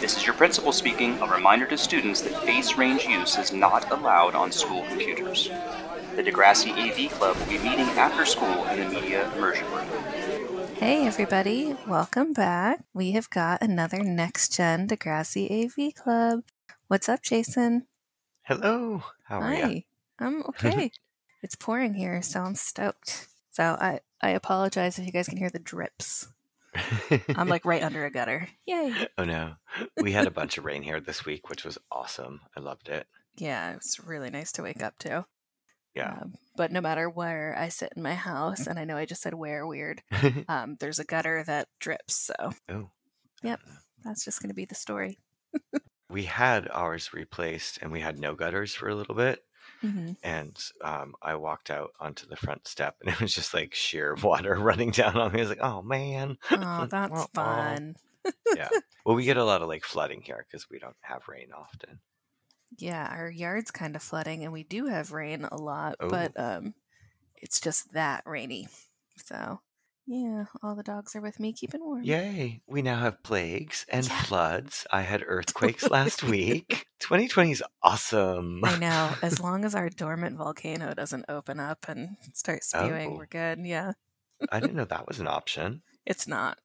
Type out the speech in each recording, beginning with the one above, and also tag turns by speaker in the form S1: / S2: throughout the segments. S1: This is your principal speaking. A reminder to students that face range use is not allowed on school computers. The Degrassi AV Club will be meeting after school in the media immersion room.
S2: Hey, everybody, welcome back. We have got another Next Gen Degrassi AV Club. What's up, Jason?
S3: Hello. How are you?
S2: Hi, I'm okay. it's pouring here, so I'm stoked. So I, I apologize if you guys can hear the drips. I'm like right under a gutter. Yay.
S3: oh no. We had a bunch of rain here this week, which was awesome. I loved it.
S2: Yeah, it's really nice to wake up to.
S3: Yeah. Mm-hmm.
S2: Um, but no matter where I sit in my house, and I know I just said where weird, um, there's a gutter that drips. So
S3: oh.
S2: Yep. that's just going to be the story.
S3: We had ours replaced and we had no gutters for a little bit.
S2: Mm-hmm.
S3: And um, I walked out onto the front step and it was just like sheer water running down on me. I was like, oh man.
S2: Oh, that's
S3: Wah-wah.
S2: fun.
S3: yeah. Well, we get a lot of like flooding here because we don't have rain often.
S2: Yeah, our yard's kind of flooding and we do have rain a lot,
S3: Oh.
S2: but um it's just that rainy. So, yeah, all the dogs are with me keeping warm.
S3: Yay. We now have plagues and
S2: Mm. Yeah.
S3: floods. I had earthquakes last week. 2020 is awesome.
S2: I know. As long as our dormant volcano doesn't open up and start spewing,
S3: Oh.
S2: we're good. Yeah.
S3: I didn't know that was an option.
S2: It's not.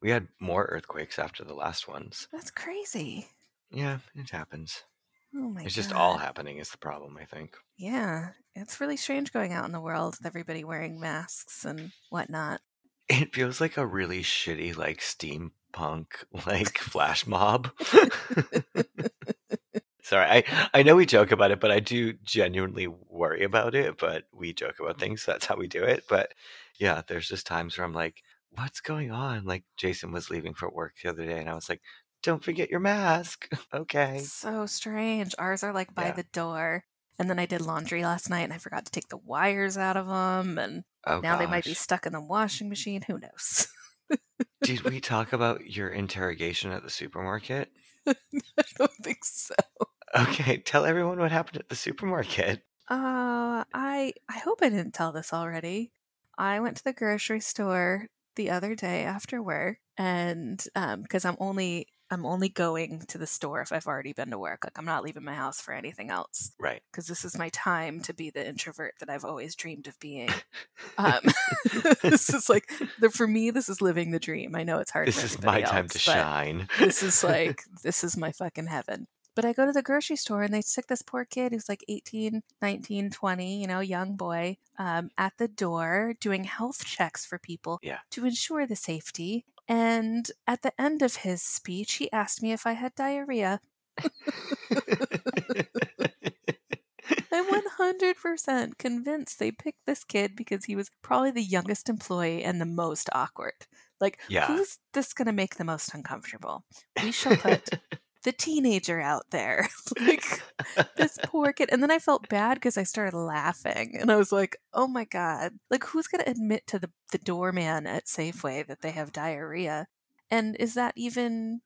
S3: We had more earthquakes after the last ones.
S2: That's crazy.
S3: Yeah, it happens.
S2: Oh my
S3: it's just
S2: God.
S3: all happening is the problem, I think.
S2: Yeah. It's really strange going out in the world with everybody wearing masks and whatnot.
S3: It feels like a really shitty, like steampunk, like flash mob. Sorry, I I know we joke about it, but I do genuinely worry about it. But we joke about
S2: Mm-hmm.
S3: things, so that's how we do it. But yeah, there's just times where I'm like, "What's going on?" Like Jason was leaving for work the other day, and I was like, "Don't forget your mask." okay.
S2: So strange. Ours are like by
S3: Yeah.
S2: the door. And then I did laundry last night and I forgot to take the wires out of them. And
S3: Oh,
S2: now they might be
S3: gosh.
S2: stuck in the washing machine. Who knows?
S3: Did we talk about your interrogation at the supermarket?
S2: I don't think so.
S3: Okay, tell everyone what happened at the supermarket.
S2: Uh, I I hope I didn't tell this already. I went to the grocery store the other day after work, and um, because I'm only I'm only going to the store if I've already been to work. Like I'm not leaving my house for anything else
S3: Right.
S2: because this is my time to be the introvert that I've always dreamed of being. Um, this is like the, for me, this is living the dream. I know it's hard.
S3: this
S2: for
S3: is my
S2: everybody
S3: time
S2: else,
S3: to
S2: but-
S3: shine.
S2: this is like this is my fucking heaven but i go to the grocery store and they stick this poor kid who's like 18 19 20 you know young boy um, at the door doing health checks for people
S3: Yeah.
S2: to ensure the safety and at the end of his speech he asked me if i had diarrhea i'm 100% convinced they picked this kid because he was probably the youngest employee and the most awkward like
S3: Yeah.
S2: who's this going to make the most uncomfortable we shall put the teenager out there. like this poor kid. And then I felt bad because I started laughing and I was like, oh my God. Like who's gonna admit to the, the doorman at Safeway that they have diarrhea? And is that even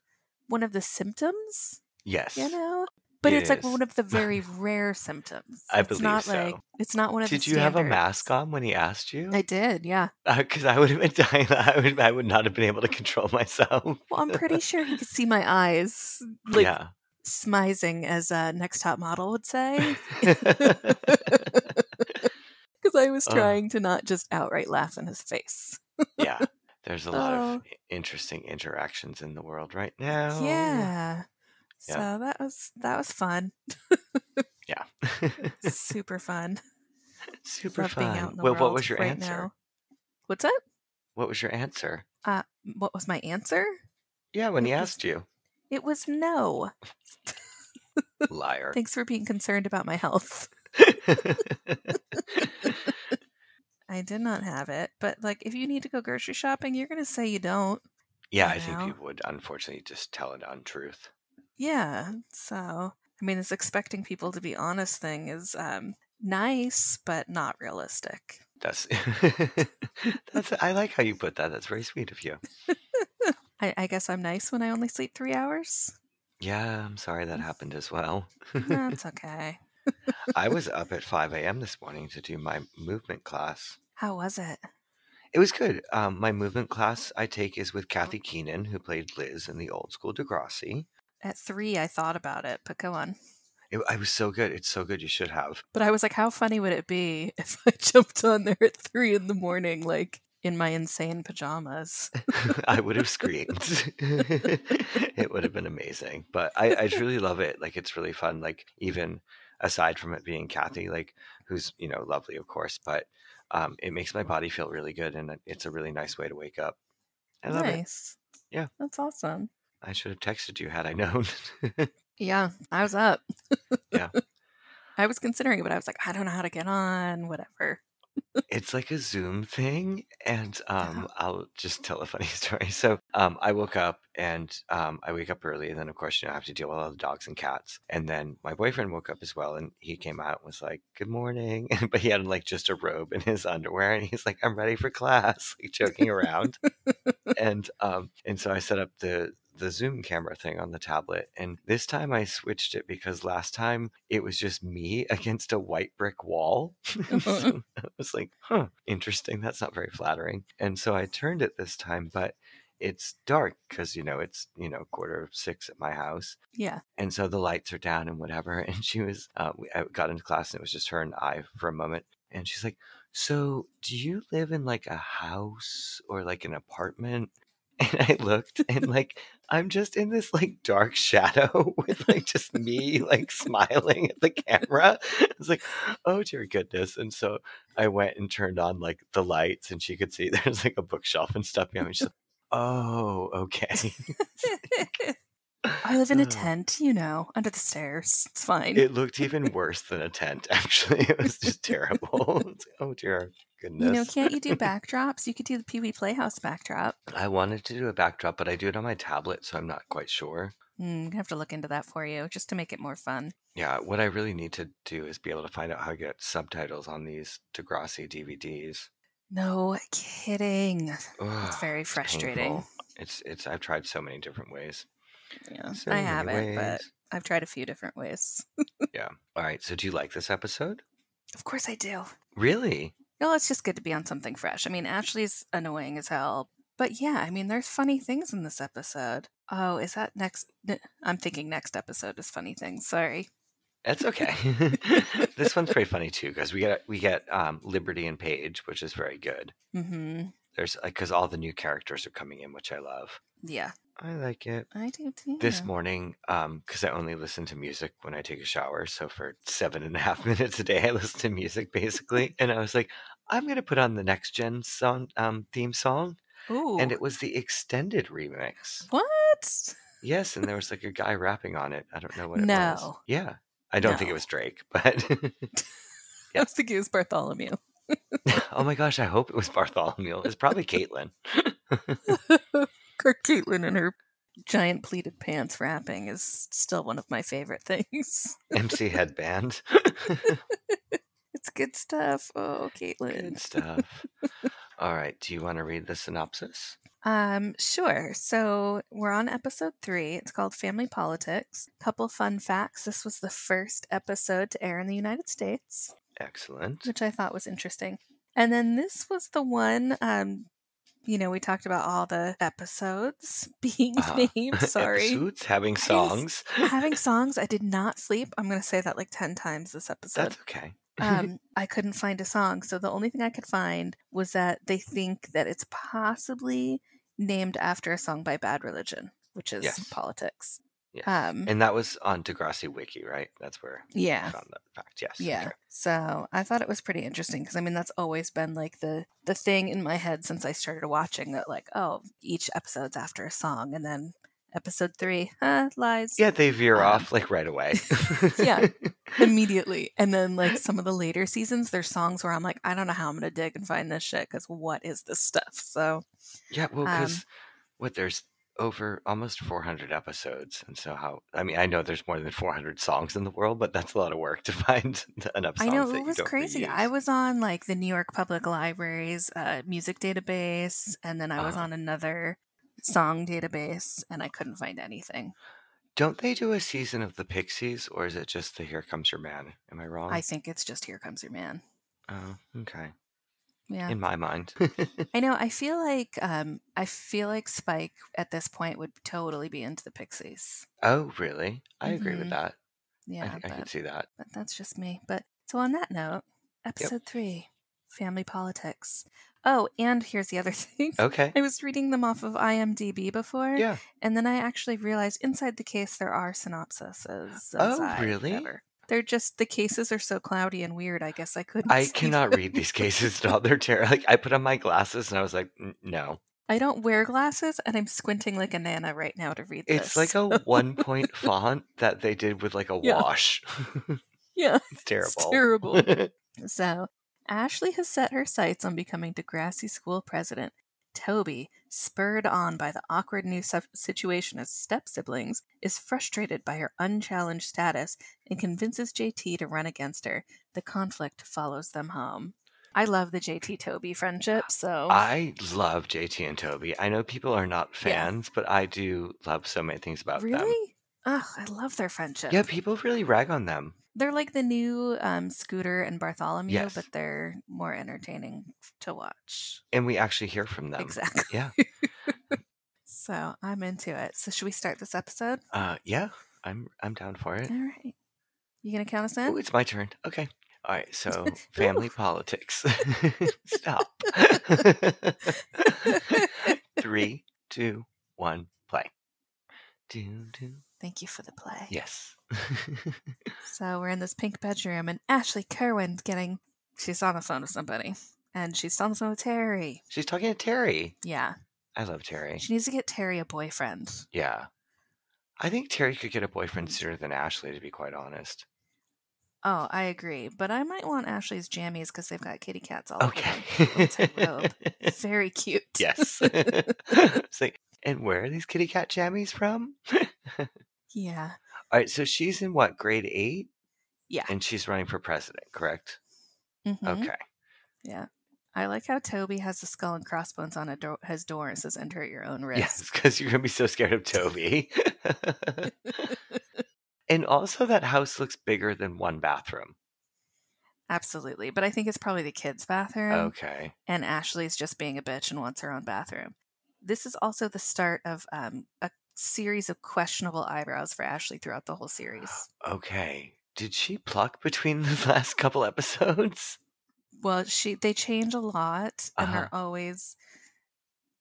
S2: one of the symptoms?
S3: yes.
S2: You know? But
S3: It
S2: it's like
S3: is.
S2: one of the very rare symptoms.
S3: I
S2: it's
S3: believe
S2: not
S3: so.
S2: like it's not one of the
S3: Did you have a
S2: standards.
S3: mask on when he asked you?
S2: I did, yeah.
S3: Because I would have been dying. I would, I would not have been able to control myself.
S2: Well, I'm pretty sure he could see my eyes, like
S3: yeah.
S2: smizing, as a next top model would say. because I was
S3: Ugh.
S2: trying to not just outright laugh in his face.
S3: yeah. There's a lot of
S2: Oh.
S3: interesting interactions in the world right now.
S2: Yeah. So
S3: Oh. Yeah.
S2: that was that was fun.
S3: Yeah.
S2: Super fun.
S3: Super
S2: Love
S3: fun.
S2: being out in the
S3: well,
S2: world
S3: what was your
S2: right
S3: answer?
S2: now. What's up?
S3: What was your answer?
S2: What was my answer?
S3: Yeah, when he
S2: It was-
S3: asked you.
S2: It was no.
S3: Liar.
S2: Thanks for being concerned about my health. I did not have it, but like if you need to go grocery shopping, you're going to say you don't.
S3: yeah,
S2: I
S3: I think
S2: know.
S3: people would unfortunately just tell an untruth.
S2: Yeah. So, I mean, this expecting people to be honest thing is um nice, but not realistic.
S3: That's that's I like how you put that. That's very sweet of you.
S2: I, I guess I'm nice when I only sleep three hours.
S3: Yeah, I'm sorry that happened as well.
S2: That's okay.
S3: I was up at 5 a.m. this morning to do my movement class.
S2: How was it?
S3: It was good. Um, my movement class I take is with Kathy Keenan, who played Liz in the old school Degrassi.
S2: At three, I thought about it, but go on.
S3: It, I was so good. It's so good. You should have.
S2: But I was like, how funny would it be if I jumped on there at three in the morning, like in my insane pajamas?
S3: I would have screamed. it would have been amazing. But I, I truly love it. Like it's really fun. Like even aside from it being Kathy, like who's you know lovely, of course, but um, it makes my body feel really good, and it's a really nice way to wake up. I love it.
S2: nice.
S3: Yeah.
S2: That's awesome.
S3: I should have texted you had I known.
S2: Yeah, I was up.
S3: Yeah.
S2: I was considering it, but I was like, I don't know how to get on, whatever.
S3: it's like a Zoom thing, and um, I'll just tell a funny story. So um, I woke up, and um, I wake up early, and then of course you know I have to deal with all the dogs and cats, and then my boyfriend woke up as well, and he came out and was like, "Good morning," but he had like just a robe and his underwear, and he's like, "I'm ready for class," like joking around, and um, and so I set up the the Zoom camera thing on the tablet, and this time I switched it because last time it was just me against a white brick wall. So I was like, huh, interesting. That's not very flattering. And so I turned it this time, but it's dark because, you know, it's, you know, quarter of six at my house.
S2: Yeah.
S3: And so the lights are down and whatever. And she was, uh, we- I got into class and it was just her and I for a moment. And she's like, so do you live in like a house or like an apartment? And I looked and like, I'm just in this like dark shadow with like just me like smiling at the camera. I was like, oh dear goodness. And so I went and turned on like the lights and she could see there's like a bookshelf and stuff behind me. She's like, oh, okay.
S2: I live in a
S3: Uh,
S2: tent, you know, under the stairs. It's fine.
S3: It looked even worse than a tent, actually. It was just terrible. It's like, oh dear goodness.
S2: you know, can't you do backdrops? You could do the Pee Wee Playhouse backdrop.
S3: I wanted to do a backdrop, but I do it on my tablet, so I'm not quite sure.
S2: Mm, gonna have to look into that for you just to make it more fun.
S3: Yeah, what I really need to do is be able to find out how to get subtitles on these Degrassi DVDs.
S2: No kidding.
S3: Ugh,
S2: It's very frustrating.
S3: Ah, painful. It's it's I've tried so many different ways.
S2: Yeah,
S3: So
S2: I
S3: many
S2: have it, but
S3: ways.
S2: I've tried a few different ways.
S3: All right, so do you like this episode?
S2: Of course, I do.
S3: Really?
S2: No, "Oh, it's just good to be on something fresh. I mean, Ashley's annoying as hell, but yeah, I mean, there's funny things in this episode. Oh, is that next? n- I'm thinking next episode is funny things. Sorry.
S3: That's okay. this one's pretty funny too because we get we get um, Liberty and Paige, which is very good.
S2: Mm-hmm.
S3: There's because all the new characters are coming in, which I love.
S2: Yeah,
S3: I like it.
S2: I do too.
S3: This morning, because I only listen to music when I take a shower, so for seven and a half minutes a day, I listen to music basically. and I was like, I'm gonna put on the next gen song um, theme song,
S2: Ooh,
S3: and it was the extended remix.
S2: what?
S3: Yes, and there was like a guy rapping on it. I don't know what it was.
S2: No.
S3: Yeah, I don't think it
S2: No.
S3: was Drake, but
S2: I was thinking it was Bartholomew.
S3: oh my gosh, I hope it was Bartholomew. It's probably Caitlin.
S2: Kirk Caitlin and her giant pleated pants wrapping is still one of my favorite things.
S3: MC headband.
S2: It's good stuff. Oh, Caitlin.
S3: Good stuff. All right. Do you want to read the synopsis?
S2: Um, sure. So we're on episode three. It's called Family Politics. Couple fun facts. This was the first episode to air in the United States,
S3: Excellent.
S2: which I thought was interesting. And then this was the one, um, you know, we talked about all the episodes being
S3: Uh-huh.
S2: named. Sorry.
S3: Episodes having
S2: just-
S3: songs.
S2: Having songs, I did not sleep. I'm going to say that like 10 times this episode.
S3: That's okay.
S2: um, I couldn't find a song. So the only thing I could find was that they think that it's possibly named after a song by Bad Religion, which is
S3: Yes.
S2: politics.
S3: Yes.
S2: Um,
S3: and that was on Degrassi Wiki, right? That's where I
S2: yeah.
S3: found that fact. Yes.
S2: Yeah. So I thought it was pretty interesting because I mean that's always been like the the thing in my head since I started watching that like oh each episode's after a song and then episode three huh, lies
S3: Yeah, they veer
S2: Um,
S3: off like right away.
S2: yeah. immediately. And then like some of the later seasons, there's songs where I'm like, I don't know how I'm gonna dig and find this shit because what is this stuff? So
S3: Yeah, well, because
S2: Um,
S3: what there's over almost 400 episodes, and so how? I mean, I know there's more than 400 songs in the world, but that's a lot of work to find enough.
S2: I
S3: Songs
S2: know
S3: that
S2: it
S3: you
S2: was
S3: don't
S2: crazy. I
S3: reuse.
S2: was on like the New York Public Library's uh, music database, and then I was
S3: Uh-huh.
S2: on another song database, and I couldn't find anything.
S3: Don't they do a season of the Pixies, or is it just the Here Comes Your Man? Am I wrong?
S2: I think it's just Here Comes Your Man.
S3: Oh, okay.
S2: Yeah.
S3: in my mind.
S2: I know. I feel like um, I feel like Spike at this point would totally be into the Pixies.
S3: oh, really? I agree
S2: Mhm.
S3: with that. I
S2: Yeah,
S3: think I
S2: but,
S3: could see that.
S2: but that's just me. But so on that note, episode three, family politics. Oh, and here's the other thing.
S3: Okay.
S2: I was reading them off of IMDb before,
S3: Uh Yeah.
S2: and then I actually realized inside the case there are synopses.
S3: Oh, really?
S2: They're just the cases are so cloudy and weird. I guess I couldn't.
S3: I
S2: see
S3: cannot
S2: them.
S3: read these cases at all. They're terrible. Like I put on my glasses and I was like, "N- no.
S2: I don't wear glasses, and I'm squinting like a nana right now to read
S3: It's
S2: this.
S3: like a one point font that they did with like a
S2: Yeah.
S3: wash.
S2: yeah,
S3: it's terrible.
S2: it's terrible. So, Ashley has set her sights on becoming Degrassi School president. Toby, spurred on by the awkward new su- situation as step siblings, is frustrated by her unchallenged status and convinces JT to run against her. The conflict follows them home. I love the JT Toby friendship, so
S3: I love JT and Toby. I know people are not
S2: Yeah.
S3: fans, but I do love so many things about them.
S2: really? Ugh, I love their friendship.
S3: Yeah, people really rag on them.
S2: They're like the new um, Scooter and Bartholomew,
S3: Yes.
S2: but they're more entertaining to watch.
S3: And we actually hear from them.
S2: Exactly.
S3: Yeah.
S2: So I'm into it. So should we start this episode?
S3: Uh yeah. I'm I'm down for it.
S2: All right. You gonna count us
S3: Oh,
S2: in?
S3: it's my turn. Okay. All right. So family politics. Stop. Three, two, one, play. Do, do.
S2: Thank you for the play.
S3: Yes.
S2: So we're in this pink bedroom, and Ashley Kerwin's getting. She's on the phone with somebody, and she's on the phone with Terry.
S3: She's talking to Terry.
S2: Yeah,
S3: I love Terry.
S2: she needs to get Terry a boyfriend.
S3: Yeah. I think Terry could get a boyfriend sooner than Ashley, to be quite honest.
S2: Oh, I agree, but I might want Ashley's jammies because they've got kitty cats all
S3: Okay.
S2: over them. Little tight robe. Very cute.
S3: yes. It's like, and where are these kitty cat jammies from?
S2: Yeah.
S3: All right. So she's in what, grade eight?
S2: Yeah.
S3: And she's running for president, correct?
S2: Mhm.
S3: Okay.
S2: Yeah. I like how Toby has the skull and crossbones on a door, his door and says, "Enter at your own risk."
S3: Yes, because you're gonna be so scared of Toby. and also, that house looks bigger than one bathroom.
S2: Absolutely. But I think it's probably the kids' bathroom.
S3: Okay.
S2: And Ashley's just being a bitch and wants her own bathroom. This is also the start of um, a series of questionable eyebrows for Ashley throughout the whole series.
S3: Okay. Did she pluck between the last couple episodes?
S2: Well, she they change a lot and
S3: Uh-huh.
S2: they're always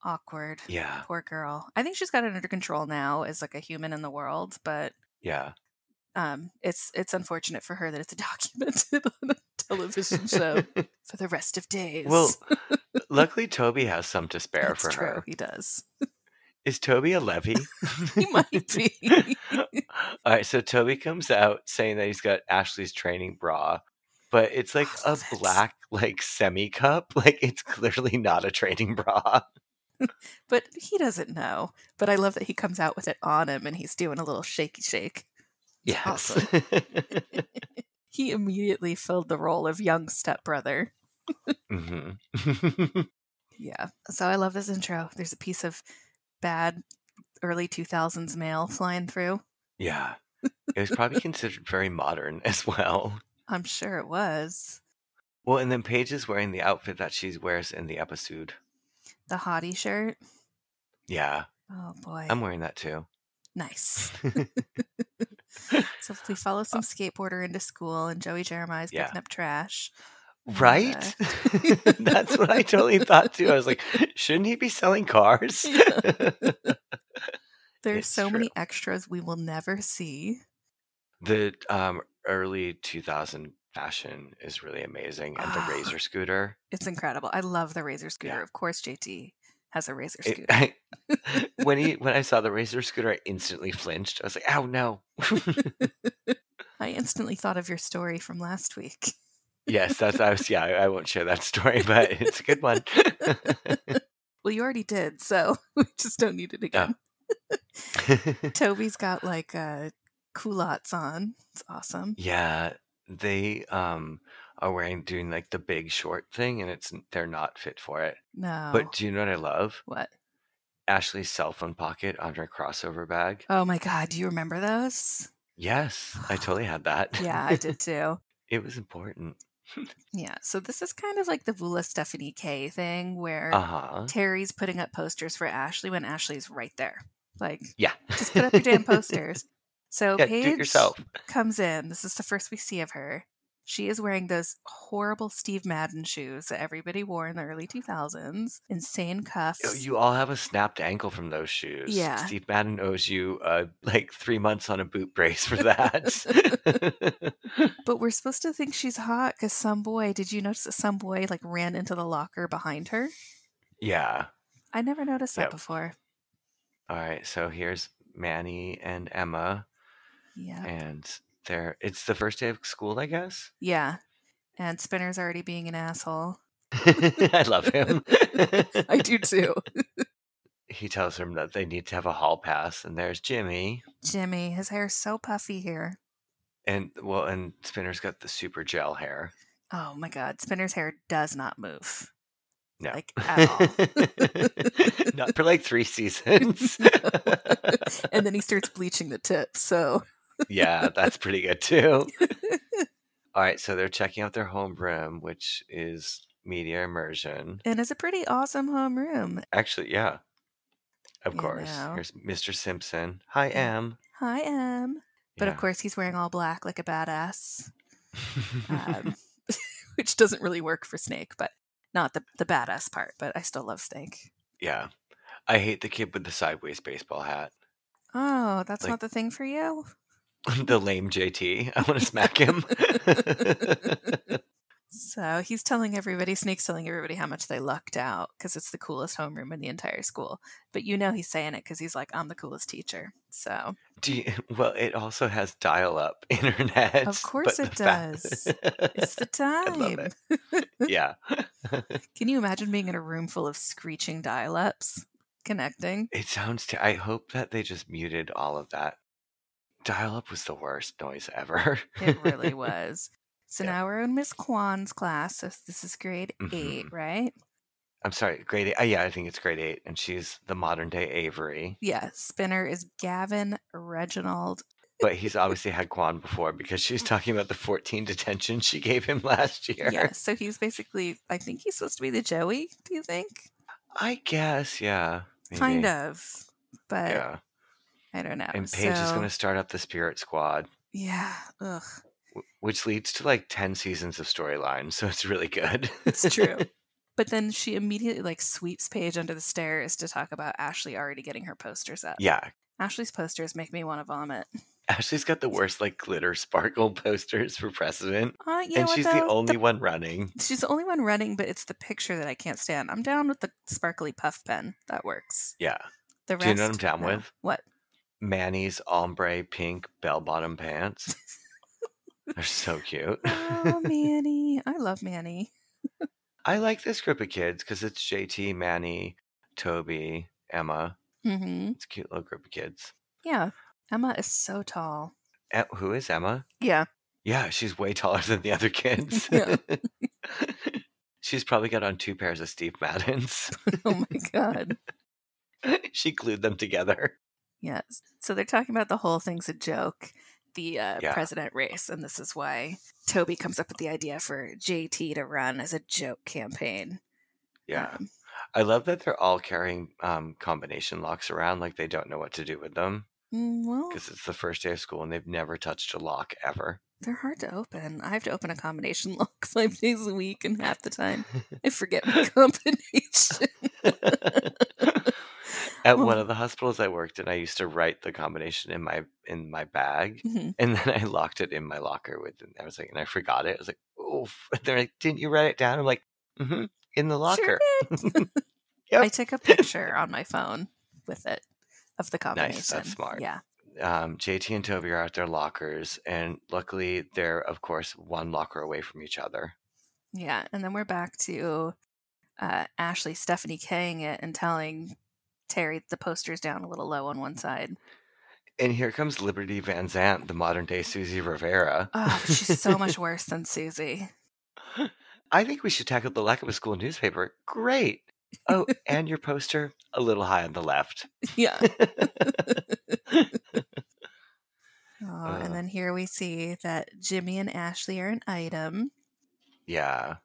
S2: awkward.
S3: Yeah.
S2: Poor girl. I think she's got it under control now as like a human in the world, but
S3: Yeah.
S2: um, it's it's unfortunate for her that it's documented on a television show for the rest of days.
S3: well, luckily Toby has some to spare
S2: That's
S3: for
S2: true.
S3: her.
S2: He does.
S3: Is Toby a levy?
S2: He might be.
S3: All right, so Toby comes out saying that he's got Ashley's training bra, but it's like
S2: I
S3: a
S2: love it.
S3: black like semi cup. Like it's clearly not a training bra.
S2: But he doesn't know. But I love that he comes out with it on him and he's doing a little shaky shake. It's
S3: Yes.
S2: awesome. He immediately filled the role of young stepbrother.
S3: hmm
S2: Yeah. So I love this intro. There's a piece of bad early 2000s mail flying through.
S3: yeah. It was probably considered very modern as well.
S2: I'm sure it was.
S3: Well, and then Paige is wearing the outfit that she wears in the episode.
S2: The hottie shirt.
S3: Yeah,
S2: Oh boy.
S3: I'm wearing that too.
S2: nice. So we follow some skateboarder into school and Joey Jeremiah's
S3: Uh, Yeah.
S2: picking up trash. And,
S3: right? That's what I totally thought too. I was like, shouldn't he be selling cars?
S2: There's
S3: It's
S2: so
S3: true.
S2: many extras we will never see.
S3: the um, early 2000 fashion is really amazing, and
S2: Ah.
S3: the razor scooter.
S2: It's incredible. I love the razor scooter.
S3: Yeah.
S2: Of course, JT has a razor
S3: It-
S2: scooter.
S3: when he when I saw the razor scooter, I instantly flinched. I was like, oh no.
S2: I instantly thought of your story from last week.
S3: yes, that's I was. Yeah, I won't share that story, but it's a good one.
S2: Well, you already did, so we just don't need it again. Toby's got like uh, culottes on. It's awesome.
S3: yeah, they um are wearing doing like the big short thing, and it's they're not fit for it.
S2: No.
S3: But do you know what I love?
S2: what?
S3: Ashley's cell phone pocket on her crossover bag.
S2: Oh my God. Do you remember those?
S3: Yes, I totally had that.
S2: Yeah, I did too.
S3: it was important.
S2: Yeah. So this is kind of like the Vula Stephanie K thing where
S3: Uh huh.
S2: Terry's putting up posters for Ashley when Ashley's right there. Like,
S3: Yeah.
S2: just put up your damn posters. So
S3: yeah, do
S2: Paige
S3: it yourself.
S2: comes in. This is the first we see of her. She is wearing those horrible Steve Madden shoes that everybody wore in the early 2000s. Insane cuffs.
S3: Yo, You all have a snapped ankle from those shoes.
S2: Yeah.
S3: Steve Madden owes you uh, like three months on a boot brace for that.
S2: But we're supposed to think she's hot because some boy, did you notice that some boy like ran into the locker behind her?
S3: yeah.
S2: I never noticed that
S3: Yep.
S2: before.
S3: All right. So here's Manny and Emma,
S2: Yeah.
S3: and they're it's the first day of school, I guess.
S2: Yeah. And Spinner's already being an asshole.
S3: I love him.
S2: I do too.
S3: he tells them that they need to have a hall pass, and there's Jimmy,
S2: Jimmy, his hair's so puffy here.
S3: and well, and Spinner's got the super gel hair.
S2: Oh my God. Spinner's hair does not move.
S3: No.
S2: Like at all.
S3: Not for like three seasons.
S2: and then he starts bleaching the tip. So,
S3: yeah, that's pretty good too. All right, so they're checking out their homeroom, which is media immersion.
S2: and it's a pretty awesome home room.
S3: Actually, yeah, of
S2: You
S3: course.
S2: know.
S3: Here's Mr. Simpson. Hi,
S2: Yeah.
S3: Em.
S2: Hi, Em. But of
S3: Yeah.
S2: course, he's wearing all black like a badass, um, which doesn't really work for Snake, but not the, the badass part. But I still love Snake.
S3: yeah, I hate the kid with the sideways baseball hat.
S2: Oh, that's
S3: Like-
S2: not the thing for you?
S3: the lame JT. I want to smack him.
S2: So he's telling everybody, Snake's telling everybody how much they lucked out because it's the coolest homeroom in the entire school. But you know he's saying it because he's like, I'm the coolest teacher. So
S3: Do you, well, it also has dial-up internet.
S2: Of course
S3: but
S2: it
S3: the fact-
S2: does. it's the time.
S3: love it. yeah,
S2: Can you imagine being in a room full of screeching dial ups connecting?
S3: it sounds. T- I hope that they just muted all of that. Dial-up was the worst noise ever.
S2: It really was. So
S3: Yeah. Mm-hmm.
S2: now we're in Miss Kwan's class. So this is grade eight, right?
S3: I'm sorry, grade eight. Uh, yeah, I think it's grade eight, and she's the modern day Avery.
S2: Yeah. Spinner is Gavin Reginald.
S3: But he's obviously had Quan before because she's talking about the 14 detention she gave him last year.
S2: Yeah. So he's basically, I think he's supposed to be the Joey, do you think?
S3: I guess, yeah.
S2: Kind
S3: maybe.
S2: of. But
S3: Yeah.
S2: I don't know.
S3: And Paige is
S2: uh, So-
S3: going to start up the Spirit Squad,
S2: Yeah. Ugh.
S3: wh- which leads to like 10 seasons of storyline. So it's really good.
S2: It's true. But then she immediately like sweeps Paige under the stairs to talk about Ashley already getting her posters up.
S3: yeah.
S2: Ashley's posters make me want to vomit.
S3: Ashley's got the worst like glitter sparkle posters for president.
S2: Uh, you know
S3: and
S2: what,
S3: she's
S2: though?
S3: the only one running.
S2: She's the only one running, but it's the picture that I can't stand. I'm down with the sparkly puff pen. That works.
S3: Yeah.
S2: The rest,
S3: Do you know what I'm down
S2: no.
S3: with?
S2: What?
S3: Manny's ombre pink bell bottom pants. They're so cute.
S2: Oh, Manny. I love Manny.
S3: I like this group of kids because it's JT, Manny, Toby, Emma.
S2: hmm
S3: It's a cute little group of kids.
S2: Yeah. Emma is so tall.
S3: E- who is Emma?
S2: Yeah.
S3: Yeah, she's way taller than the other kids.
S2: Yeah.
S3: she's probably got on two pairs of Steve Maddens.
S2: Oh my god.
S3: she glued them together.
S2: yes. So they're talking about the whole thing's a joke, the uh,
S3: Yeah.
S2: president race, and this is why Toby comes up with the idea for JT to run as a joke campaign.
S3: Yeah.
S2: Um,
S3: I love that they're all carrying um, combination locks around like they don't know what to do with them
S2: mm, well,
S3: because it's the first day of school and they've never touched a lock ever.
S2: They're hard to open. I have to open a combination lock five days a week, and half the time I forget my combination.
S3: At
S2: Well-
S3: one of the hospitals I worked in, I used to write the combination in my in my bag
S2: Mhm.
S3: And then I locked it in my locker with, and I was like, and I forgot it. I was like, oh, they're like, didn't you write it down? I'm like, mm-hmm, in the locker.
S2: Sure did.
S3: Yep.
S2: I took a picture on my phone with it of the combination.
S3: Nice, that's smart.
S2: Yeah.
S3: Um, JT and Toby are at their lockers, and luckily they're, of course, one locker away from each other.
S2: Yeah. And then we're back to uh, Ashley Stephanie Kang it and telling Terry the poster's down a little low on one side.
S3: And here comes Liberty Van Zant, the modern day Susie Rivera.
S2: Oh, but she's so much worse than Susie.
S3: I think we should tackle the lack of a school newspaper. Great. Oh, and your poster a little high on the left.
S2: Yeah. Oh,
S3: Uh.
S2: and then here we see that Jimmy and Ashley are an item.
S3: Yeah.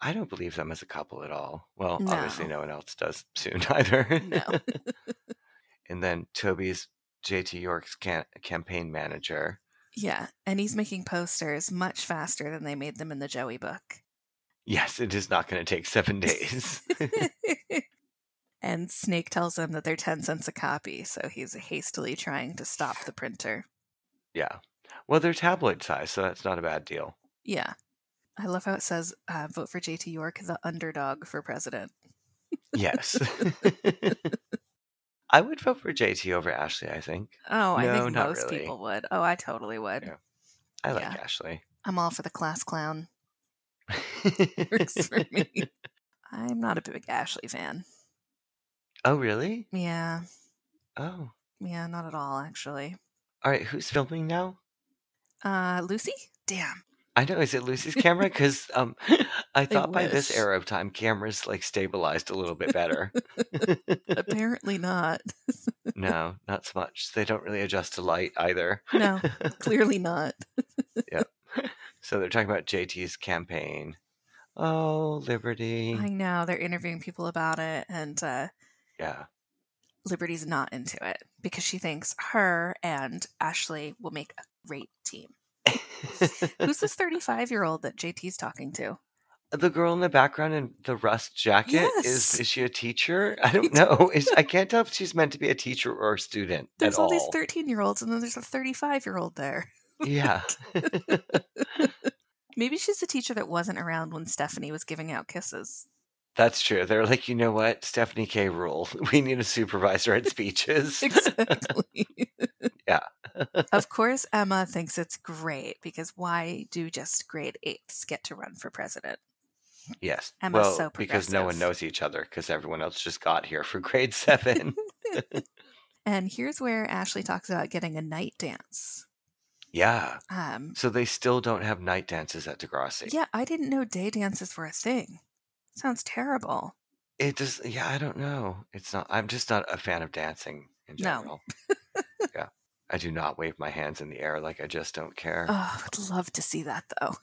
S3: I don't believe them as a couple at all. Well,
S2: No.
S3: obviously no one else does soon either.
S2: No.
S3: and then Toby's JT York's can- campaign manager.
S2: Yeah, and he's making posters much faster than they made them in the Joey book.
S3: Yes, it is not going to take seven days.
S2: and Snake tells him that they're 10 cents a copy, so he's hastily trying to stop the printer.
S3: yeah. Well, they're tabloid size, so that's not a bad deal.
S2: Yeah. I love how it says uh, vote for JT York, the underdog for president.
S3: Yes. I would vote for JT over Ashley, I think.
S2: Oh, I
S3: No,
S2: think
S3: not
S2: most
S3: really.
S2: people would. Oh, I totally would.
S3: Yeah. I like
S2: Yeah.
S3: Ashley.
S2: I'm all for the class clown. Works for me. I'm not a big Ashley fan.
S3: oh, really?
S2: Yeah.
S3: Oh.
S2: Yeah, not at all, actually.
S3: All right, who's filming now?
S2: Uh, Lucy? Damn.
S3: I know. Is it Lucy's camera? Because um, I thought by this
S2: wish.
S3: era of time, cameras like stabilized a little bit better.
S2: Apparently not.
S3: no, not so much. They don't really adjust to light either.
S2: No, clearly not.
S3: so they're talking about JT's campaign. Oh, Liberty.
S2: I know they're interviewing people about it, and uh,
S3: yeah.
S2: Liberty's not into it because she thinks her and Ashley will make a great team. Who's this 35 year old that JT's talking to?
S3: the girl in the background in the rust jacket
S2: Yes.
S3: is is she a teacher? I
S2: don't
S3: don't know. Is, I can't tell if she's meant to be a teacher or a student
S2: There's
S3: at
S2: all,
S3: all.
S2: these 13 year olds, and then there's a 35 year old there.
S3: yeah.
S2: Maybe she's the teacher that wasn't around when Stephanie was giving out kisses.
S3: That's true. They're like, you know what? Stephanie K. rule. We need a supervisor at speeches.
S2: Exactly.
S3: Yeah.
S2: of course, Emma thinks it's great because why do just grade eights get to run for president?
S3: Yes.
S2: Emma's
S3: well,
S2: so
S3: because no one
S2: progressive.
S3: knows each other because everyone else just got here for grade seven.
S2: And here's where Ashley talks about getting a night dance.
S3: yeah.
S2: Um,
S3: So they still don't have night dances at Degrassi.
S2: yeah, I didn't know day dances were a thing. Sounds terrible.
S3: It just, yeah, I don't know. It's not, I'm just not a fan of dancing in
S2: No.
S3: general. yeah. I do not wave my hands in the air like I just don't care.
S2: Oh, I would love to see that though.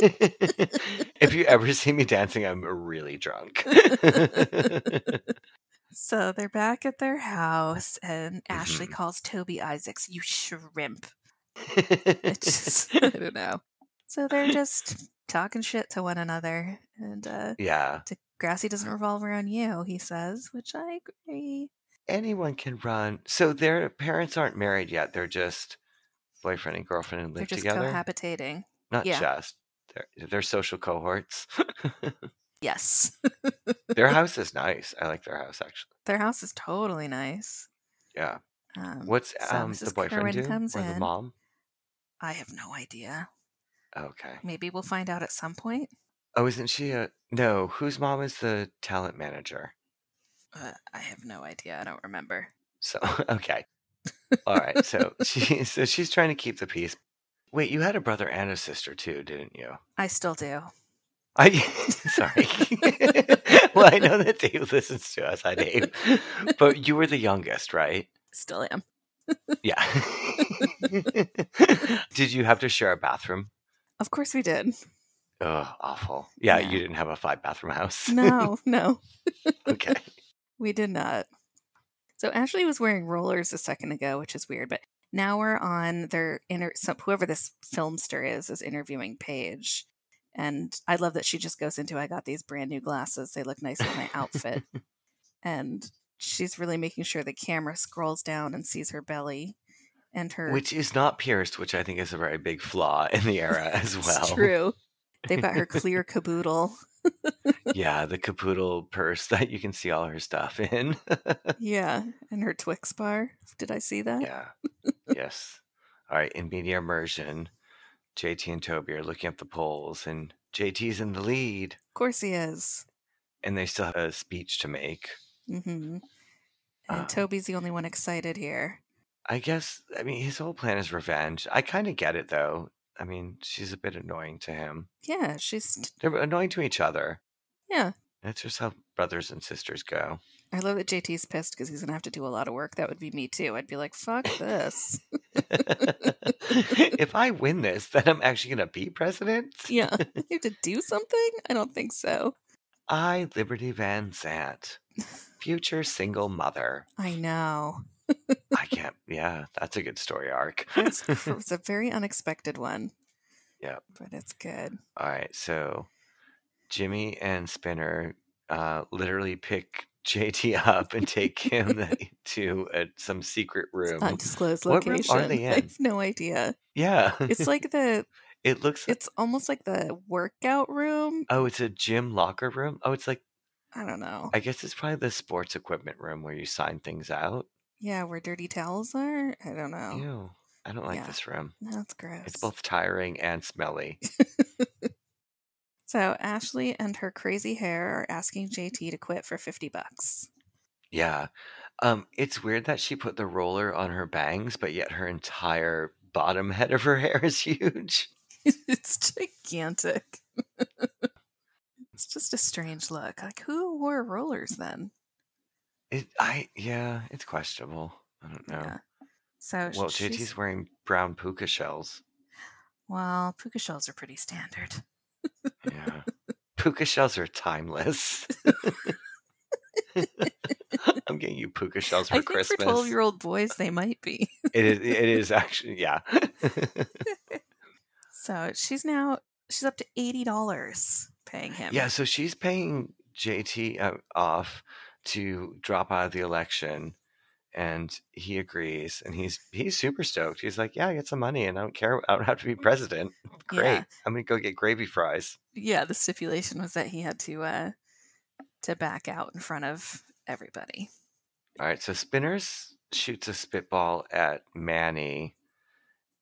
S3: if you ever see me dancing, I'm really drunk.
S2: So they're back at their house, and Ashley
S3: Mm-hmm.
S2: calls Toby Isaacs, you shrimp. It's just, I don't know. So they're just talking shit to one another. And uh,
S3: yeah.
S2: Grassy doesn't revolve around you, he says, which I agree.
S3: Anyone can run. So their parents aren't married yet. They're just boyfriend and girlfriend and
S2: They're
S3: live
S2: just
S3: together.
S2: cohabitating.
S3: Not
S2: yeah.
S3: just. They're, they're social cohorts.
S2: Yes.
S3: their house is nice. I like their house, actually.
S2: their house is totally nice.
S3: Yeah.
S2: Um,
S3: What's
S2: so
S3: um,
S2: Mrs.
S3: the boyfriend
S2: Kerwin
S3: do?
S2: comes
S3: or the
S2: in.
S3: mom?
S2: I have no idea.
S3: Okay.
S2: Maybe we'll find out at some point.
S3: Oh, isn't she a. No, whose mom is the talent manager?
S2: Uh, I have no idea. I don't remember.
S3: So okay, all right. So she so she's trying to keep the peace. Wait, you had a brother and a sister too, didn't you?
S2: I still do.
S3: I sorry. well, I know that Dave listens to us. I Dave, but you were the youngest, right?
S2: Still am.
S3: Yeah. Did you have to share a bathroom?
S2: Of course we did.
S3: Oh, awful. Yeah,
S2: Yeah.
S3: you didn't have a five bathroom house.
S2: No, no,
S3: okay.
S2: we did not. So Ashley was wearing rollers a second ago, which is weird, but now we're on their inter so whoever this filmster is is interviewing Paige. And I love that she just goes into I got these brand new glasses. They look nice with my outfit. and she's really making sure the camera scrolls down and sees her belly and her
S3: Which is not pierced, which I think is a very big flaw in the era as
S2: It's
S3: well.
S2: true. They've got her clear caboodle.
S3: Yeah, the capoodle purse that you can see all her stuff in.
S2: Yeah. And her Twix bar. Did I see that?
S3: Yeah. yes. All right. In media immersion, JT and Toby are looking up the polls, and JT's in the lead,
S2: Of course he is.
S3: and they still have a speech to make.
S2: hmm And
S3: Um,
S2: Toby's the only one excited here.
S3: I guess, I mean, his whole plan is revenge. I kind of get it, though. I mean, she's a bit annoying to him.
S2: Yeah, she's
S3: They're annoying to each other.
S2: yeah.
S3: That's just how brothers and sisters go.
S2: I love that JT's pissed because he's gonna have to do a lot of work. That would be me too. I'd be like, fuck this.
S3: if I win this, then I'm actually going to be president.
S2: yeah. You have to do something? I don't think so.
S3: I, Liberty Van Zant, future single mother.
S2: I know.
S3: I can't. Yeah, that's a good story arc.
S2: It's, it's a very unexpected one.
S3: Yep.
S2: But it's good.
S3: All right, so Jimmy and Spinner uh, literally pick JT up and take him to a, some secret room.
S2: Undisclosed
S3: What room are
S2: location.
S3: they
S2: I
S3: in?
S2: have no idea.
S3: yeah,
S2: It's like the
S3: it looks.
S2: it's almost like the workout room.
S3: oh, it's a gym locker room. Oh, it's like
S2: I don't know.
S3: I guess it's probably the sports equipment room where you sign things out.
S2: Yeah, where dirty towels are. I don't know.
S3: Ew, I don't like
S2: Oh. Yeah.
S3: this room.
S2: That's gross.
S3: It's both tiring and smelly.
S2: So Ashley and her crazy hair are asking JT to quit for fifty bucks.
S3: Yeah. Um, it's weird that she put the roller on her bangs, but yet her entire bottom head of her hair is huge.
S2: it's gigantic. it's just a strange look. Like who wore rollers then?
S3: It I yeah, it's questionable. I don't know.
S2: So
S3: Well,
S2: she's-
S3: JT's wearing brown puka shells.
S2: well, puka shells are pretty standard.
S3: Yeah. puka shells are timeless. I'm getting you puka shells for
S2: I think
S3: Christmas.
S2: for twelve-year-old boys, they might be.
S3: It is it is actually yeah.
S2: So she's now she's up to eighty dollars paying him.
S3: Yeah, so she's paying JT o- off to drop out of the election, and he agrees, and he's he's super stoked. He's like, "Yeah, I get some money, and I don't care. I don't have to be president. Great,
S2: Mm. Yeah.
S3: I'm gonna go get gravy fries."
S2: yeah the stipulation was that he had to uh to back out in front of everybody
S3: All right, so Spinners shoots a spitball at Manny,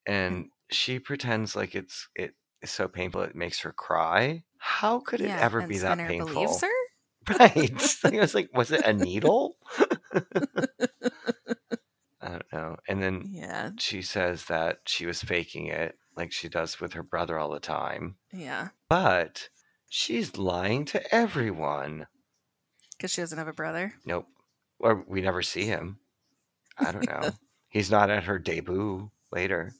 S2: Mm.
S3: and she pretends like it's it is so painful it makes her cry. How could it
S2: yeah,
S3: ever
S2: and
S3: be that
S2: Spinner
S3: painful?
S2: believes her
S3: right i was like was it a needle i don't know and then
S2: yeah
S3: she says that she was faking it like she does with her brother all the time
S2: yeah
S3: but she's lying to everyone
S2: because she doesn't have a brother
S3: nope or we never see him i don't know he's not at her debut later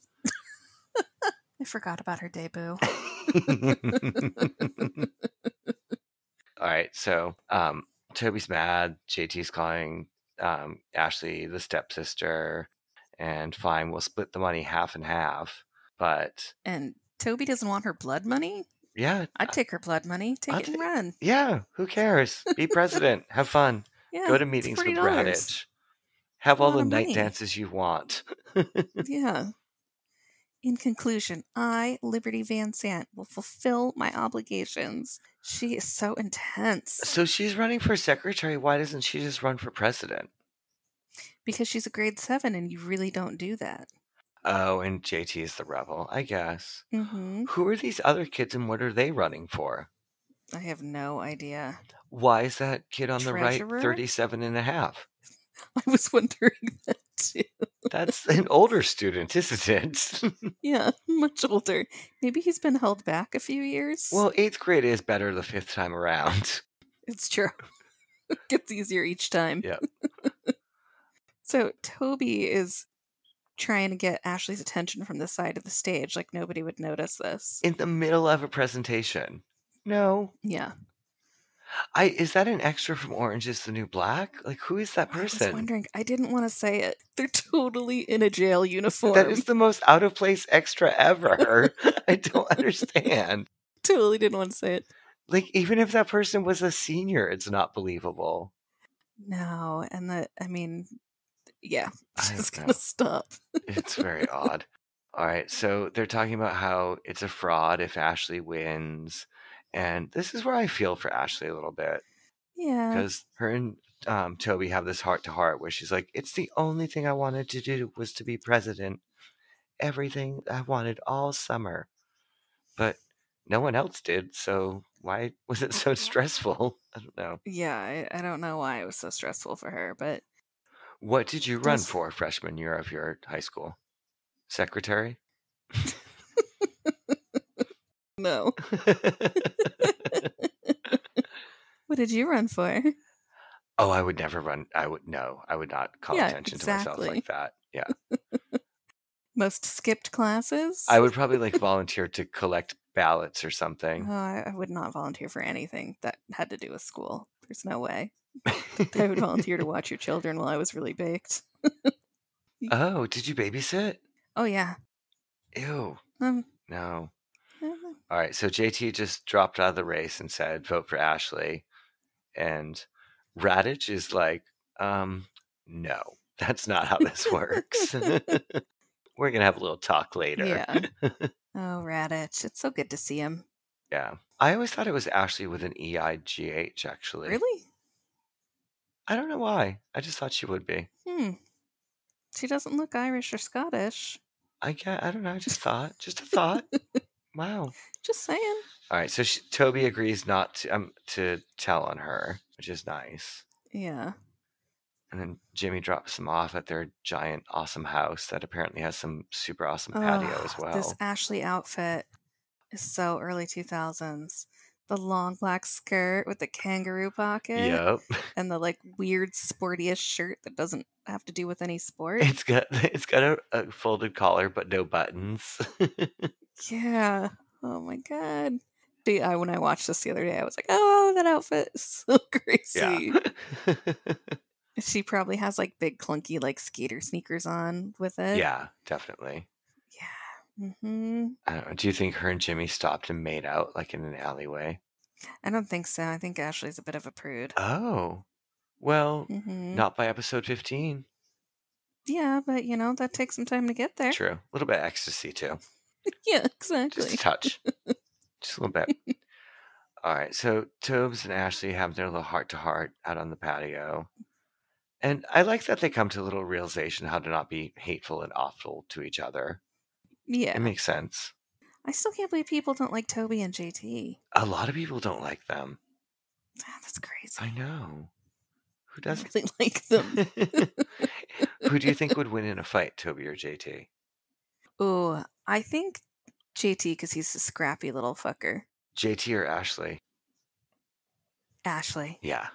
S2: i forgot about her debut
S3: All right, so um, Toby's mad. JT's calling um, Ashley the stepsister, and fine, we'll split the money half and half. But
S2: and toby doesn't want her blood money
S3: yeah,
S2: i'd take her blood money take
S3: I'll
S2: it and
S3: take-
S2: run
S3: yeah, who cares? Be president, have fun,
S2: yeah
S3: go to
S2: it's
S3: meetings
S2: $40.
S3: with Reddit, have all
S2: lot
S3: the
S2: of
S3: night
S2: money.
S3: dances you want.
S2: yeah in conclusion i liberty van sant will fulfill my obligations she is so intense
S3: So she's running for secretary. Why doesn't she just run for president?
S2: because she's a grade seven and you really don't do that
S3: Oh, and JT is the rebel, I guess.
S2: hmm
S3: Who are these other kids and what are they running for?
S2: i have no idea
S3: why is that kid on the
S2: Treasurer?
S3: right 37 and a half?
S2: I was wondering that too.
S3: That's an older student, isn't it?
S2: Yeah, much older. Maybe he's been held back a few years.
S3: well, eighth grade is better the fifth time around.
S2: it's true. it gets easier each time.
S3: Yep.
S2: so Toby is trying to get Ashley's attention from the side of the stage, like nobody would notice this.
S3: In the middle of a presentation. No.
S2: yeah,
S3: I is that an extra from Orange is the New Black? Like who is that
S2: I was
S3: person?
S2: wondering. I didn't want to say it. They're totally in a jail uniform.
S3: That is the most out of place extra ever. I don't understand.
S2: totally didn't want to say it.
S3: Like even if that person was a senior, it's not believable.
S2: No, and the I mean, yeah,
S3: I don't
S2: just
S3: know.
S2: gonna stop.
S3: It's very odd. All right. So they're talking about how it's a fraud if Ashley wins. And this is where I feel for Ashley a little bit
S2: Yeah,
S3: because her and um, Toby have this heart to heart where she's like, it's the only thing I wanted to do was to be president. Everything I wanted all summer. But no one else did. So why was it so stressful? I don't know.
S2: yeah. I, I don't know why it was so stressful for her, but
S3: What did you run
S2: Does-
S3: for freshman year of your high school? Secretary?
S2: no. What did you run for?
S3: Oh, I would never run. I would no. I would not call
S2: Yeah,
S3: attention to myself
S2: exactly.
S3: like that. Yeah,
S2: Most skipped classes?
S3: I would probably like volunteer to collect ballots or something.
S2: Oh, I, I would not volunteer for anything that had to do with school. There's no way. I would volunteer to watch your children while I was really baked.
S3: oh, did you babysit?
S2: Oh yeah.
S3: Ew,
S2: Um. uh,
S3: no.
S2: I don't know.
S3: All right, so JT just dropped out of the race and said, "Vote for Ashley," and Radich is like, um, "No, that's not how this works. We're gonna have a little talk later."
S2: Yeah. Oh, Radich. It's so good to see him.
S3: Yeah. I always thought it was Ashley with an E I G H, actually.
S2: Really?
S3: I don't know why. I just thought she would be.
S2: Hmm. She doesn't look Irish or Scottish.
S3: I get, I don't know. I just thought, just a thought. wow.
S2: Just saying.
S3: All right. So she, Toby agrees not to, um, to tell on her, which is nice.
S2: Yeah.
S3: And then Jimmy drops them off at their giant, awesome house that apparently has some super awesome patio as
S2: Ugh,
S3: well.
S2: Ah, This Ashley outfit is so early 2000s. The long black skirt with the kangaroo pocket
S3: Yep.
S2: and the like weird sportiest shirt that doesn't have to do with any sport.
S3: It's got it's got a, a folded collar but no buttons.
S2: yeah. Oh my god. The- I- when I watched this the other day, I was like, "Oh, that outfit is so crazy."
S3: yeah.
S2: She probably has like big clunky like skater sneakers on with it.
S3: yeah, definitely.
S2: Yeah. hmm
S3: I don't know. Do you think her and Jimmy stopped and made out like in an alleyway?
S2: I don't think so. I think Ashley's a bit of a prude.
S3: Oh, well,
S2: hmm
S3: not by episode 15.
S2: Yeah, but you know that takes some time to get there.
S3: True. A little bit of ecstasy, too.
S2: Yeah,
S3: Just
S2: exactly.
S3: a touch. Just a little bit. All right. So Tobes and Ashley have their little heart to heart out on the patio. And I like that they come to a little realization how to not be hateful and awful to each other.
S2: Yeah.
S3: It makes sense.
S2: I still can't believe people don't like Toby and JT.
S3: A lot of people don't like them.
S2: Ah, that's crazy.
S3: I know. Who
S2: I
S3: doesn't?
S2: really like them.
S3: Who do you think would win in a fight, Toby or JT?
S2: Ooh, I think JT because he's a scrappy little fucker.
S3: JT or Ashley?
S2: Ashley.
S3: Yeah,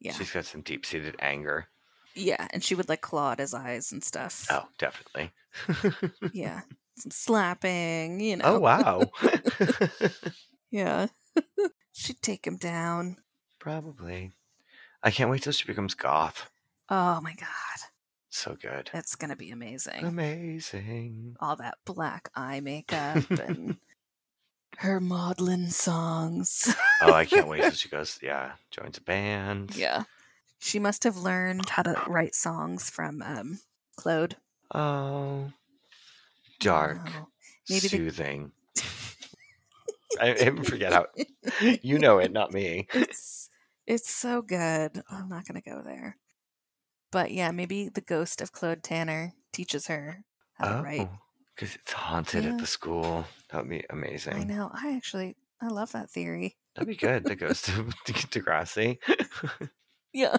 S2: Yeah.
S3: she's got some deep seated anger.
S2: Yeah. And she would like claw at his eyes and stuff.
S3: Oh, definitely.
S2: Yeah. Some slapping, you know.
S3: Oh, wow.
S2: Yeah. She'd take him down.
S3: Probably. I can't wait till she becomes goth.
S2: Oh my God.
S3: So good.
S2: That's going to be
S3: Um,
S2: amazing.
S3: Amazing.
S2: All that black eye makeup and her maudlin songs.
S3: Oh, I can't wait till she goes, yeah, joins a band.
S2: Yeah. She must have learned how to write songs from um, Claude.
S3: Oh, dark,
S2: Oh. Maybe the-
S3: soothing. I, I forget how. You know it, not me.
S2: Oh. It's it's so good. I'm not gonna go there. But yeah, maybe the ghost of Claude Tanner teaches her how to
S3: Oh,
S2: write.
S3: because it's haunted
S2: Yeah.
S3: at the school. That would be
S2: I
S3: amazing.
S2: know. I actually I love that theory.
S3: That'd be good. The ghost of De- Degrassi.
S2: Yeah.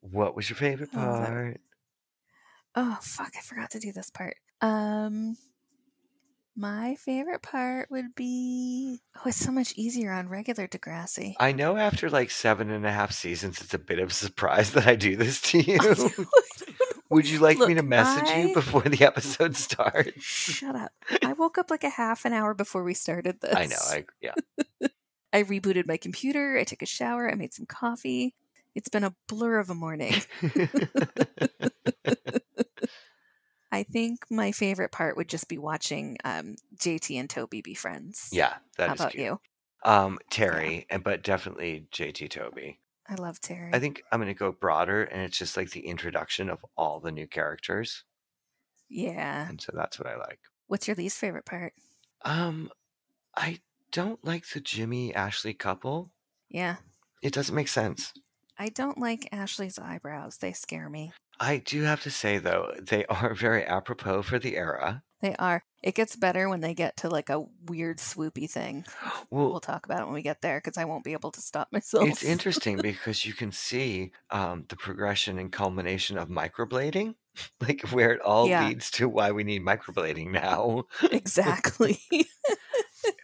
S3: What was your favorite
S2: I love that.
S3: part?
S2: Oh fuck, I forgot to do this part. Um my favorite part would be Oh, it's so much easier on regular Degrassi.
S3: I know after like seven and a half seasons, it's a bit of a surprise that I do this to you. Would you like me
S2: Look,
S3: to message
S2: I-
S3: you before the episode starts?
S2: Shut up. I woke up like a half an hour before we started this.
S3: I know. I yeah.
S2: I rebooted my computer. I took a shower. I made some coffee. It's been a blur of a morning. I think my favorite part would just be watching um, JT and Toby be friends.
S3: yeah, that
S2: How
S3: is
S2: about
S3: cute.
S2: you?
S3: Um, Terry, and but definitely JT Toby.
S2: I love Terry.
S3: I think I'm gonna go broader, and it's just like the introduction of all the new characters,
S2: Yeah.
S3: and so that's what I like.
S2: What's your least favorite part?
S3: Um, I don't like the Jimmy Ashley couple.
S2: Yeah.
S3: It doesn't make sense.
S2: I don't like Ashley's eyebrows. They scare me.
S3: I do have to say though, they are very apropos for the era.
S2: They are. It gets better when they get to like a weird swoopy thing.
S3: Well,
S2: We'll talk about it when we get there because I won't be able to stop myself.
S3: It's interesting because you can see um, the progression and culmination of microblading, like where it all
S2: Yeah.
S3: leads to why we need microblading now.
S2: exactly.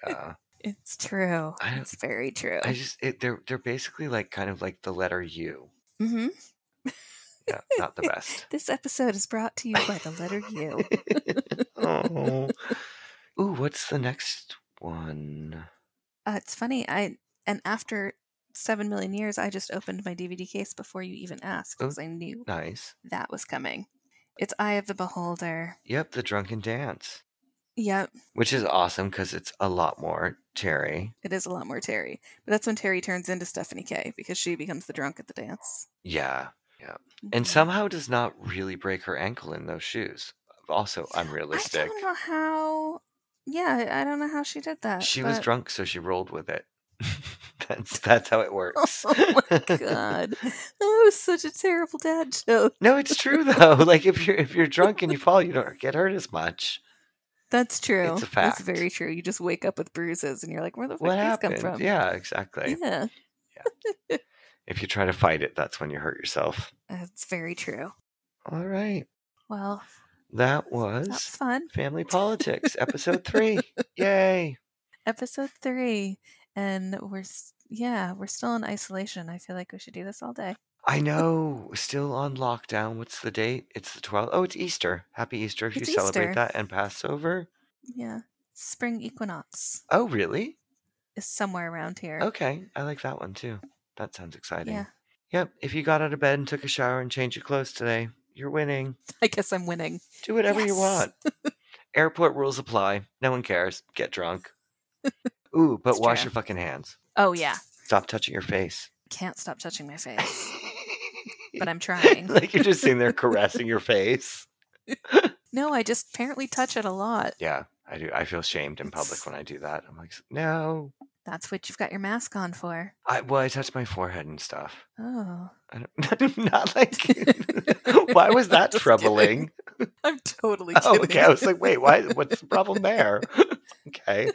S3: Yeah.
S2: It's true.
S3: I don't-
S2: It's very true.
S3: I just it, they're they're basically like kind of like the letter U.
S2: hmm
S3: Yeah, not the best.
S2: This episode is brought to you by the letter U.
S3: oh. Ooh, what's the next one?
S2: Uh, it's funny. I and after seven million years, I just opened my DVD case before you even asked
S3: Oh.
S2: because I knew
S3: Nice.
S2: that was coming. It's Eye of the Beholder.
S3: Yep, the drunken dance,
S2: Yep,
S3: which is awesome because it's a lot more Terry.
S2: it is a lot more Terry, but that's when Terry turns into Stephanie K because she becomes the drunk at the dance.
S3: Yeah, and
S2: Mhm.
S3: somehow does not really break her ankle in those shoes. Also
S2: I
S3: unrealistic.
S2: don't know how. Yeah, I don't know how she did that.
S3: She was
S2: but-
S3: drunk, so she rolled with it. that's that's how it works.
S2: Oh my god, that was such a terrible dad joke.
S3: no, it's true though. Like if you're if you're drunk and you fall, you don't get hurt as much.
S2: That's true.
S3: It's a fact.
S2: That's very true. You just wake up with bruises, and you're like, "Where the fuck
S3: What
S2: did these come
S3: happened?
S2: from?"
S3: Yeah, exactly.
S2: yeah,
S3: If you try to fight it, that's when you hurt yourself.
S2: that's very true.
S3: All right.
S2: Well,
S3: That
S2: that's
S3: was
S2: fun.
S3: Family Politics, episode three. Yay.
S2: Episode three, and we're s- yeah, we're still in isolation. I feel like we should do this all day.
S3: I know. Still on lockdown. What's the date? It's the 12th. Oh, it's Easter. Happy Easter if
S2: It's
S3: you celebrate
S2: Easter.
S3: that and Passover.
S2: Yeah, spring equinox
S3: Oh, really?
S2: is somewhere around here.
S3: Okay. I like that one too. That sounds exciting.
S2: Yeah,
S3: Yep. If you got out of bed and took a shower and changed your clothes today, you're winning.
S2: I guess I'm winning.
S3: Do whatever you
S2: Yes.
S3: want. Airport rules apply. No one cares. Get drunk. Ooh, but
S2: It's
S3: wash
S2: true.
S3: your fucking hands.
S2: Oh yeah,
S3: Stop touching your face.
S2: can't stop touching my face, but I'm trying.
S3: like you're just sitting there caressing your face.
S2: No, I just apparently touch it a lot.
S3: Yeah, I do. I feel shamed in public when I do that. I'm like, no.
S2: That's what you've got your mask on for.
S3: I well, I touch my forehead and stuff.
S2: Oh.
S3: I don't, not like. why was that
S2: Just
S3: troubling?
S2: kidding. I'm totally
S3: Oh,
S2: kidding.
S3: okay. I was like, wait, why? What's the problem there? okay,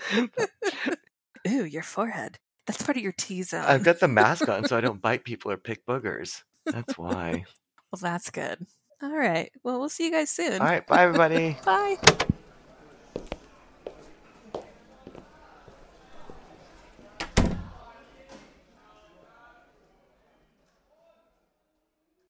S2: Ooh, your forehead. That's part of your T zone.
S3: I've got the mask on, so I don't bite people or pick boogers. That's why.
S2: well, that's good. All right. Well, we'll see you guys soon.
S3: All right, bye everybody.
S2: Bye.